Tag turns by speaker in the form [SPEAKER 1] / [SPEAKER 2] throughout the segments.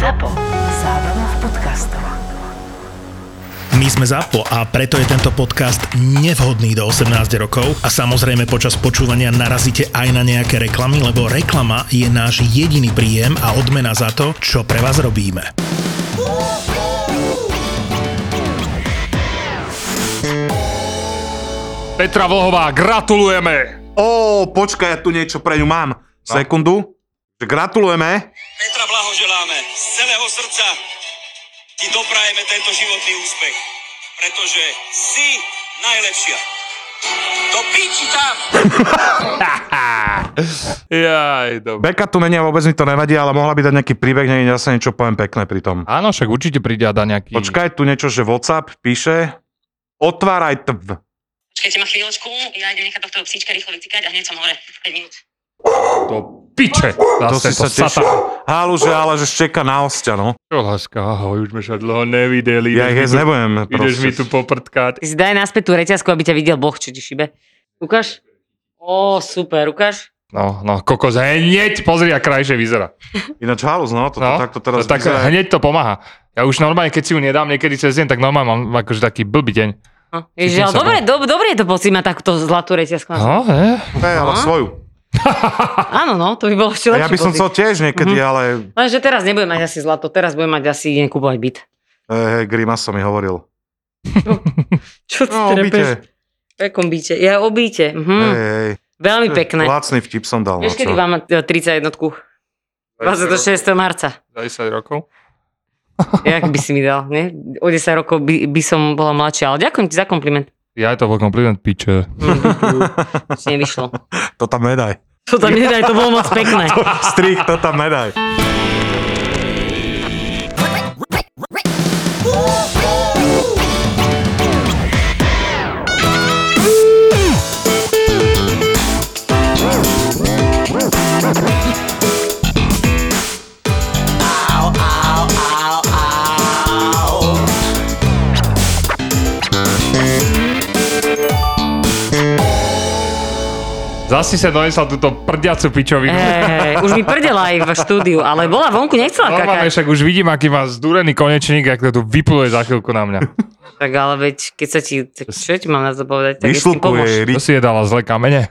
[SPEAKER 1] ZAPO. Zábrná v podcastov.
[SPEAKER 2] My sme ZAPO a preto je tento podcast nevhodný do 18 rokov a samozrejme počas počúvania narazíte aj na nejaké reklamy, lebo reklama je náš jediný príjem a odmena za to, čo pre vás robíme.
[SPEAKER 3] Petra Vlhová, gratulujeme!
[SPEAKER 4] Ó, počkaj, ja tu niečo pre ňu mám. Sekundu. Že Gratulujeme.
[SPEAKER 5] Petra blahoželáme z celého srdca. Ti doprajeme tento životný úspech, pretože si najlepšia. To piči tam!
[SPEAKER 3] Jaj, dobre.
[SPEAKER 4] Beka tu není a vôbec mi to nevadí, ale mohla by dať nejaký príbeh, nie, ja sa niečo poviem pekné pri tom.
[SPEAKER 3] Áno, však určite príde a dá nejaký...
[SPEAKER 4] Počkaj, tu niečo, že WhatsApp píše. Otváraj tv.
[SPEAKER 6] Počkajte ma chvíľočku, ja idem nechať tohto psíčka rýchlo vycikať a hneď som hore. 5 minút.
[SPEAKER 3] To piče!
[SPEAKER 4] To si
[SPEAKER 3] Zase to,
[SPEAKER 4] sa
[SPEAKER 3] to satan.
[SPEAKER 4] tešil. Hálu, že ale že čeka na hostia, no.
[SPEAKER 3] Čo, láska, ahoj, už sme sa dlho nevideli.
[SPEAKER 4] Ja ich jesť
[SPEAKER 3] Ideš mi tu-
[SPEAKER 4] nebudem.
[SPEAKER 3] Ideš
[SPEAKER 4] proste.
[SPEAKER 3] mi tu poprtkať.
[SPEAKER 7] Ty si daj naspäť tú reťazku, aby ťa videl Boh, čo ti šibe. Ukáž? Ó, super, ukáž?
[SPEAKER 3] No, no, kokos, hneď, pozri, a krajšie vyzerá.
[SPEAKER 4] Ináč halus, no, to,
[SPEAKER 3] No,
[SPEAKER 4] takto teraz
[SPEAKER 3] tak
[SPEAKER 4] vyzerá.
[SPEAKER 3] hneď to pomáha. Ja už normálne, keď si ju nedám niekedy cez deň, tak normálne mám akože taký blbý deň.
[SPEAKER 7] No, Ježiš,
[SPEAKER 3] Cítim
[SPEAKER 7] ale
[SPEAKER 3] sa
[SPEAKER 7] dobre, do, dobre je to pocit mať takúto zlatú reťazku.
[SPEAKER 3] No, he.
[SPEAKER 4] Hej, ale
[SPEAKER 7] Aha.
[SPEAKER 4] svoju.
[SPEAKER 7] Áno, no, to by bolo ešte
[SPEAKER 4] A
[SPEAKER 7] lepší
[SPEAKER 4] ja by som
[SPEAKER 7] pocit.
[SPEAKER 4] chcel tiež niekedy,
[SPEAKER 7] Mhm.
[SPEAKER 4] ale
[SPEAKER 7] Lenže teraz nebudem mať asi zlato, teraz budem mať asi idem kúpovať byt.
[SPEAKER 4] eh, Grimas som mi hovoril.
[SPEAKER 7] Čo ty
[SPEAKER 4] No,
[SPEAKER 7] trepeš?
[SPEAKER 4] obite.
[SPEAKER 7] V akom byte? Ja o byte.
[SPEAKER 4] Hej,
[SPEAKER 7] Mhm.
[SPEAKER 4] hej.
[SPEAKER 7] Veľmi pekné.
[SPEAKER 4] Lacný vtip som dal.
[SPEAKER 7] Vieš,
[SPEAKER 4] no,
[SPEAKER 7] kedy
[SPEAKER 4] čo?
[SPEAKER 7] vám 31 26. marca.
[SPEAKER 3] 10 rokov.
[SPEAKER 7] Jak by si mi dal, nie? O 10 rokov by, by som bola mladšia, ale ďakujem ti za kompliment.
[SPEAKER 3] Ja je to bol kompliment, piče.
[SPEAKER 7] Nič nevyšlo.
[SPEAKER 4] To tam nedaj.
[SPEAKER 7] To tam nedaj, to bolo moc pekné.
[SPEAKER 4] Strik, to tam nedaj.
[SPEAKER 3] Zasi sa donesla túto prdiacu pičovinu.
[SPEAKER 7] Hej, hej, už mi prdela aj v štúdiu, ale bola vonku, nechcela
[SPEAKER 3] Normálne však
[SPEAKER 7] kakať.
[SPEAKER 3] už vidím, aký má zdúrený konečník, ak to tu vypluje za chvíľku na mňa.
[SPEAKER 7] Tak ale veď, keď sa ti, tak čo ti mám na to povedať, tak si pomôž.
[SPEAKER 4] Vyšlupuje ryč.
[SPEAKER 3] To si je dala zle kamene.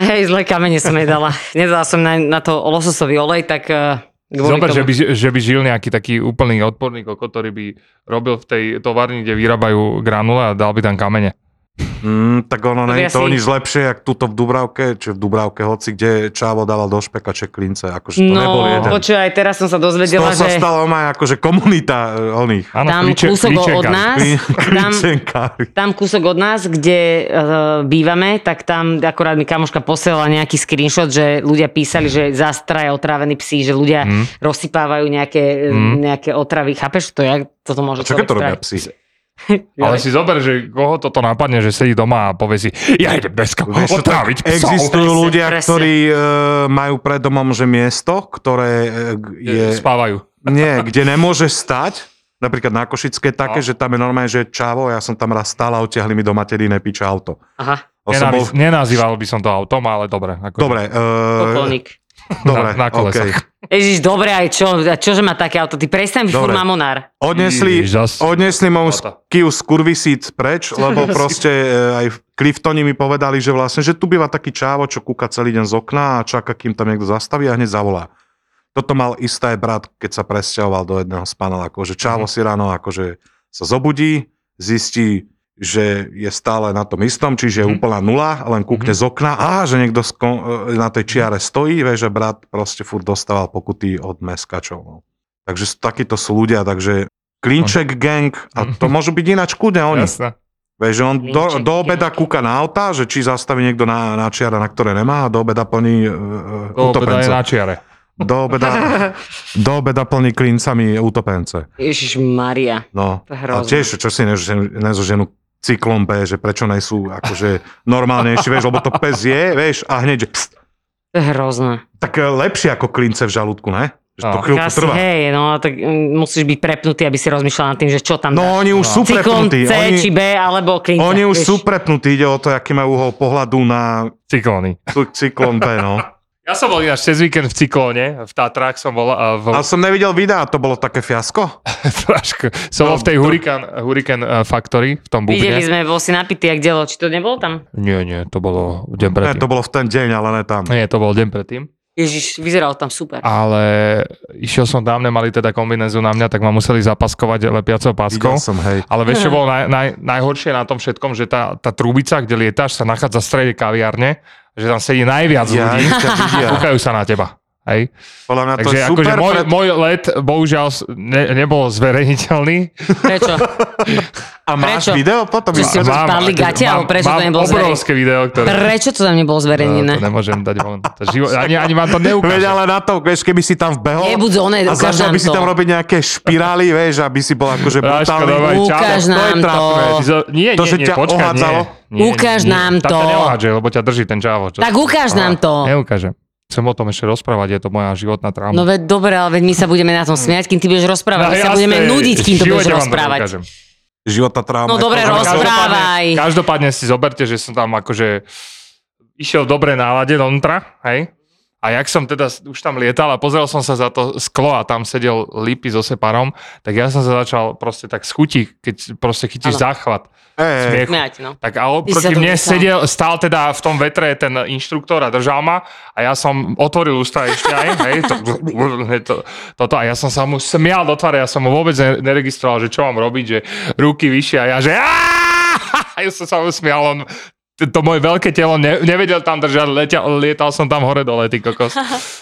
[SPEAKER 7] Hej, zlé kamene som jej dala. Nedala som na, na to lososový olej, tak uh, kvôli
[SPEAKER 3] Zober,
[SPEAKER 7] tomu.
[SPEAKER 3] že by, že by žil nejaký taký úplný odporný koko, ktorý by robil v tej továrni, kde vyrábajú granule a dal by tam kamene.
[SPEAKER 4] Mm, tak ono
[SPEAKER 7] To
[SPEAKER 4] není
[SPEAKER 7] by
[SPEAKER 4] to
[SPEAKER 7] asi-
[SPEAKER 4] nič lepšie, jak tuto v Dubravke, či v Dubravke, hoci kde Čávo dával do špeka čeklince, akože to nebol
[SPEAKER 7] No,
[SPEAKER 4] jeden.
[SPEAKER 7] počúvaj, teraz som sa
[SPEAKER 4] To
[SPEAKER 7] dozvedela,
[SPEAKER 4] sa
[SPEAKER 7] že
[SPEAKER 4] stalo aj akože komunita e, oných.
[SPEAKER 3] Áno,
[SPEAKER 7] tam
[SPEAKER 3] kliče-
[SPEAKER 7] kúsok od
[SPEAKER 3] kličekári.
[SPEAKER 7] nás,
[SPEAKER 4] kri-
[SPEAKER 7] tam,
[SPEAKER 4] Kričenkári.
[SPEAKER 7] tam kúsok od nás, kde uh, bývame, tak tam akorát mi kamoška posielala nejaký screenshot, že ľudia
[SPEAKER 4] Mhm.
[SPEAKER 7] písali, že zastraja otrávení psi, že ľudia
[SPEAKER 3] Mm.
[SPEAKER 7] rozsypávajú nejaké, e,
[SPEAKER 3] Mm.
[SPEAKER 7] nejaké otravy. Chápeš to? Jak toto môže
[SPEAKER 4] Mhm. Čo keď to
[SPEAKER 7] človek
[SPEAKER 4] robia
[SPEAKER 7] stráviť?
[SPEAKER 4] psi?
[SPEAKER 3] Ale si zober, že koho toto napadne, že sedí doma a povie si, ja idem beska
[SPEAKER 4] Vieš čo, tak
[SPEAKER 3] otráviť psov.
[SPEAKER 4] Existujú
[SPEAKER 7] Presne,
[SPEAKER 4] ľudia,
[SPEAKER 7] presne.
[SPEAKER 4] ktorí e, majú pred domom že miesto, ktoré e, je...
[SPEAKER 3] Spávajú.
[SPEAKER 4] Nie, kde nemôžeš stať, napríklad na Košické také,
[SPEAKER 3] No.
[SPEAKER 4] že tam je normálne, že Čavo, ja som tam raz stál a utiahli mi do materi nepiča auto.
[SPEAKER 7] Aha,
[SPEAKER 4] To som bol-
[SPEAKER 3] Nenávis- Nenazýval by som to autom, ale dobre. Ako...
[SPEAKER 4] Dobre, e,
[SPEAKER 7] pokolník.
[SPEAKER 4] dobre,
[SPEAKER 3] Na- na kolesách.
[SPEAKER 4] okej.
[SPEAKER 7] Ježiš, dobre, aj čo, a čože má také auto? Ty prestaň byť furt
[SPEAKER 4] Dobre.
[SPEAKER 7] mamonár.
[SPEAKER 4] Odnesli,
[SPEAKER 3] Ježiš, zas-
[SPEAKER 4] odnesli moju
[SPEAKER 3] Tata.
[SPEAKER 4] Kiu skurvisíc preč, lebo proste e, aj v Cliftoni mi povedali, že vlastne, že tu býva taký čávo, čo kúka celý deň z okna a čaká, kým tam niekto zastaví a hneď zavolá. Toto mal isté aj brat, keď sa presťahoval do jedného z panelákov, že čávo
[SPEAKER 3] Mhm.
[SPEAKER 4] si ráno akože sa zobudí, zistí, že je stále na tom istom, čiže je
[SPEAKER 3] Mhm.
[SPEAKER 4] úplná nula, len kúkne z okna a že niekto skon- e, na tej čiare stojí, vieš, že brat proste furt dostával pokuty od meskačov. No. Takže s- takíto sú ľudia, takže Klinček gang, a to môžu byť ináč kúde oni.
[SPEAKER 3] Mhm. Jasné.
[SPEAKER 4] Vieš, že on do,
[SPEAKER 7] Klinček
[SPEAKER 4] do obeda kúka na auta, že či zastaví niekto na, na čiara, na ktoré nemá, a do obeda plní uh,
[SPEAKER 3] To obeda je
[SPEAKER 4] utopence.
[SPEAKER 3] na čiare.
[SPEAKER 4] Do, obeda, do obeda plní klincami utopence.
[SPEAKER 7] Ježiš Maria.
[SPEAKER 4] No.
[SPEAKER 7] To je
[SPEAKER 4] A
[SPEAKER 7] hrozné.
[SPEAKER 4] tiež, čo si nezoženú, nezoženú cyklom B, že prečo nie sú akože normálnejší, vieš, lebo to pes je, vieš, a hneď, že pst,
[SPEAKER 7] To je hrozné.
[SPEAKER 4] tak e, lepšie ako klince v žalúdku, ne? Že to
[SPEAKER 3] No.
[SPEAKER 4] chvíľku
[SPEAKER 7] Asi,
[SPEAKER 4] trvá.
[SPEAKER 7] hej, no tak mm, musíš byť prepnutý, aby si rozmýšľal nad tým, že čo tam dáš.
[SPEAKER 4] No oni už sú
[SPEAKER 7] Cyklon
[SPEAKER 4] prepnutí.
[SPEAKER 7] C
[SPEAKER 4] Oni,
[SPEAKER 7] či B, alebo klinka.
[SPEAKER 4] Oni už
[SPEAKER 7] vieš.
[SPEAKER 4] sú prepnutí, ide o to, aký majú uhol pohľadu na
[SPEAKER 3] Cyklóny.
[SPEAKER 4] cy- cyklon B, no.
[SPEAKER 3] Ja som bol ináč cez víkend v cyklóne, v Tatrách som bol a v
[SPEAKER 4] Ale som nevidel videa, to bolo také fiasko.
[SPEAKER 3] trošku, som bol v tej
[SPEAKER 4] No,
[SPEAKER 3] Hurricane, Hurricane eh, Factory, v tom
[SPEAKER 7] Videli
[SPEAKER 3] bubne.
[SPEAKER 7] sme, bol si napitý, ak delo, či to nebolo tam?
[SPEAKER 3] Nie, nie, to bolo
[SPEAKER 4] Ne,
[SPEAKER 3] deň predtým.
[SPEAKER 4] to bolo v ten deň, ale ne tam.
[SPEAKER 3] Nie, to bol deň predtým.
[SPEAKER 7] Ježiš, vyzeralo tam super.
[SPEAKER 3] Ale išiel som tam, nemali teda kombinézu na mňa, tak ma museli zapaskovať lepiacou
[SPEAKER 4] Videl
[SPEAKER 3] páskou.
[SPEAKER 4] som, hej.
[SPEAKER 3] Ale vieš, čo bolo naj, naj, najhoršie na tom všetkom, že tá, tá trubica, kde lietáš, sa nachádza v strede kaviarne, že tam sedí najviac
[SPEAKER 4] Ja,
[SPEAKER 3] ľudí
[SPEAKER 4] ťa
[SPEAKER 3] a
[SPEAKER 4] vidia.
[SPEAKER 3] kúkajú sa na teba. Hej?
[SPEAKER 4] Podľa mňa to
[SPEAKER 3] Takže
[SPEAKER 4] je super.
[SPEAKER 3] akože môj,
[SPEAKER 4] pred-
[SPEAKER 3] môj let bohužiaľ s- ne, nebol zverejniteľný.
[SPEAKER 7] Prečo?
[SPEAKER 4] A máš
[SPEAKER 7] Prečo?
[SPEAKER 4] video potom?
[SPEAKER 7] Čo si
[SPEAKER 4] Myslím,
[SPEAKER 7] to
[SPEAKER 4] že-
[SPEAKER 7] spadli
[SPEAKER 3] akože
[SPEAKER 7] gate, alebo prečo to
[SPEAKER 3] mám
[SPEAKER 7] nebolo
[SPEAKER 3] obrovské video, ktoré...
[SPEAKER 7] Prečo to tam nebolo
[SPEAKER 3] No,
[SPEAKER 7] zverejnené?
[SPEAKER 3] to nemôžem dať von. To živo, ani, ani vám to neukážem.
[SPEAKER 4] Veď ale na to, vieš, keby si tam vbehol
[SPEAKER 7] Nebuď zóne,
[SPEAKER 4] a
[SPEAKER 7] ukáž
[SPEAKER 4] začal
[SPEAKER 7] nám
[SPEAKER 4] by si
[SPEAKER 7] to.
[SPEAKER 4] tam robiť nejaké špirály, vieš, aby si bol akože
[SPEAKER 3] Ráško, dávaj,
[SPEAKER 4] brutálny.
[SPEAKER 3] čau.
[SPEAKER 7] Ukáž
[SPEAKER 3] To je
[SPEAKER 7] nám to.
[SPEAKER 3] trápne. Ty zo- Nie,
[SPEAKER 4] To,
[SPEAKER 3] nie,
[SPEAKER 4] že
[SPEAKER 3] nie,
[SPEAKER 4] ťa
[SPEAKER 3] počkaj,
[SPEAKER 4] ohádzalo?
[SPEAKER 3] nie. nie,
[SPEAKER 7] Ukáž
[SPEAKER 3] nie.
[SPEAKER 7] nám
[SPEAKER 3] Tam
[SPEAKER 7] to.
[SPEAKER 3] ťa neohádže, lebo ťa drží ten žávo. Čo
[SPEAKER 7] Tak
[SPEAKER 3] si-
[SPEAKER 7] ukáž
[SPEAKER 3] Á,
[SPEAKER 7] nám to.
[SPEAKER 3] Neukážem. Chcem o tom ešte rozprávať, je to moja životná trauma.
[SPEAKER 7] No veď dobre, ale veď my sa budeme na tom smiať, kým ty budeš
[SPEAKER 3] Hm.
[SPEAKER 7] rozprávať. my sa
[SPEAKER 3] No, jasné,
[SPEAKER 7] budeme nudiť, kým
[SPEAKER 3] v
[SPEAKER 7] to budeš
[SPEAKER 3] živote vám to
[SPEAKER 7] rozprávať.
[SPEAKER 3] neukážem.
[SPEAKER 4] Života tráma.
[SPEAKER 7] No
[SPEAKER 4] je
[SPEAKER 7] dobre,
[SPEAKER 4] to-
[SPEAKER 7] rozpráv. Rozprávaj.
[SPEAKER 3] Každopádne, každopádne si zoberte, že som tam akože išiel v dobrej nálade dontra, hej? A jak som teda s- už tam lietal a pozrel som sa za to sklo a tam sedel lípy so separom, tak ja som sa začal proste tak schutiť, keď proste chytíš záchvat
[SPEAKER 4] Ej,
[SPEAKER 3] smiechu.
[SPEAKER 7] Smiať, no.
[SPEAKER 3] Tak a
[SPEAKER 7] Ty si sa
[SPEAKER 3] oproti
[SPEAKER 7] to
[SPEAKER 3] mne
[SPEAKER 7] vysal.
[SPEAKER 3] sedel, stál teda v tom vetre ten inštruktor a držal ma a ja som otvoril ústa ešte aj, hej, to, hneď to, toto a ja som sa mu smial do tváre, ja som mu vôbec ne- neregistroval, že čo mám robiť, že ruky vyššie a ja, že "Aaah!" a ja som sa mu smial, on t- to moje veľké telo ne, nevedel tam držať, letia, lietal som tam hore dole, ty kokos.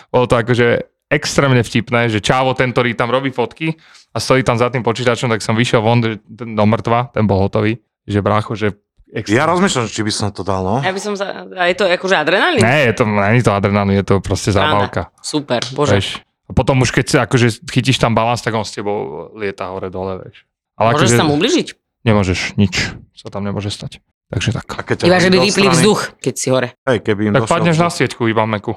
[SPEAKER 3] Bolo to akože extrémne vtipné, že čávo ten, ktorý tam robí fotky a stojí tam za tým počítačom, tak som vyšiel von že ten, do mŕtva, ten bol hotový, že brácho, že
[SPEAKER 4] Ja
[SPEAKER 3] extrém.
[SPEAKER 4] rozmýšľam, či by som to dal, no.
[SPEAKER 7] Ja by som za... A je to akože adrenalín?
[SPEAKER 3] Ne, je to, nie je to adrenalín, je to proste
[SPEAKER 7] Áno.
[SPEAKER 3] zábavka.
[SPEAKER 7] Super, bože.
[SPEAKER 3] Vieš. A potom už keď sa akože chytíš tam balans, tak on s tebou lieta hore dole, vieš. Ale akože
[SPEAKER 7] Môžeš sa mu ubližiť?
[SPEAKER 3] Nemôžeš, nič sa tam nemôže stať. Takže
[SPEAKER 4] A
[SPEAKER 3] tak.
[SPEAKER 4] keď ťa
[SPEAKER 7] Iba, že by
[SPEAKER 4] hodí do
[SPEAKER 7] vypli
[SPEAKER 4] strany-
[SPEAKER 7] vzduch, keď si hore.
[SPEAKER 4] Hej, keby im
[SPEAKER 3] Tak
[SPEAKER 4] došiel
[SPEAKER 3] padneš na
[SPEAKER 4] vzduch.
[SPEAKER 3] sieťku iba meku.